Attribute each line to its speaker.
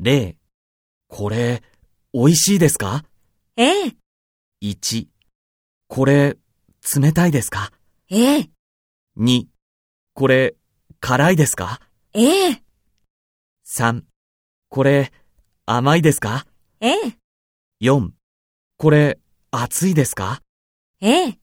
Speaker 1: 0これ、美味しいですか
Speaker 2: ええ、
Speaker 1: ?1 これ、冷たいですか
Speaker 2: ええ、
Speaker 1: ?2 これ、辛いですか
Speaker 2: ええ、
Speaker 1: ?3 これ、甘いですか
Speaker 2: ええ、
Speaker 1: ?4 これ、熱いですか
Speaker 2: ええ。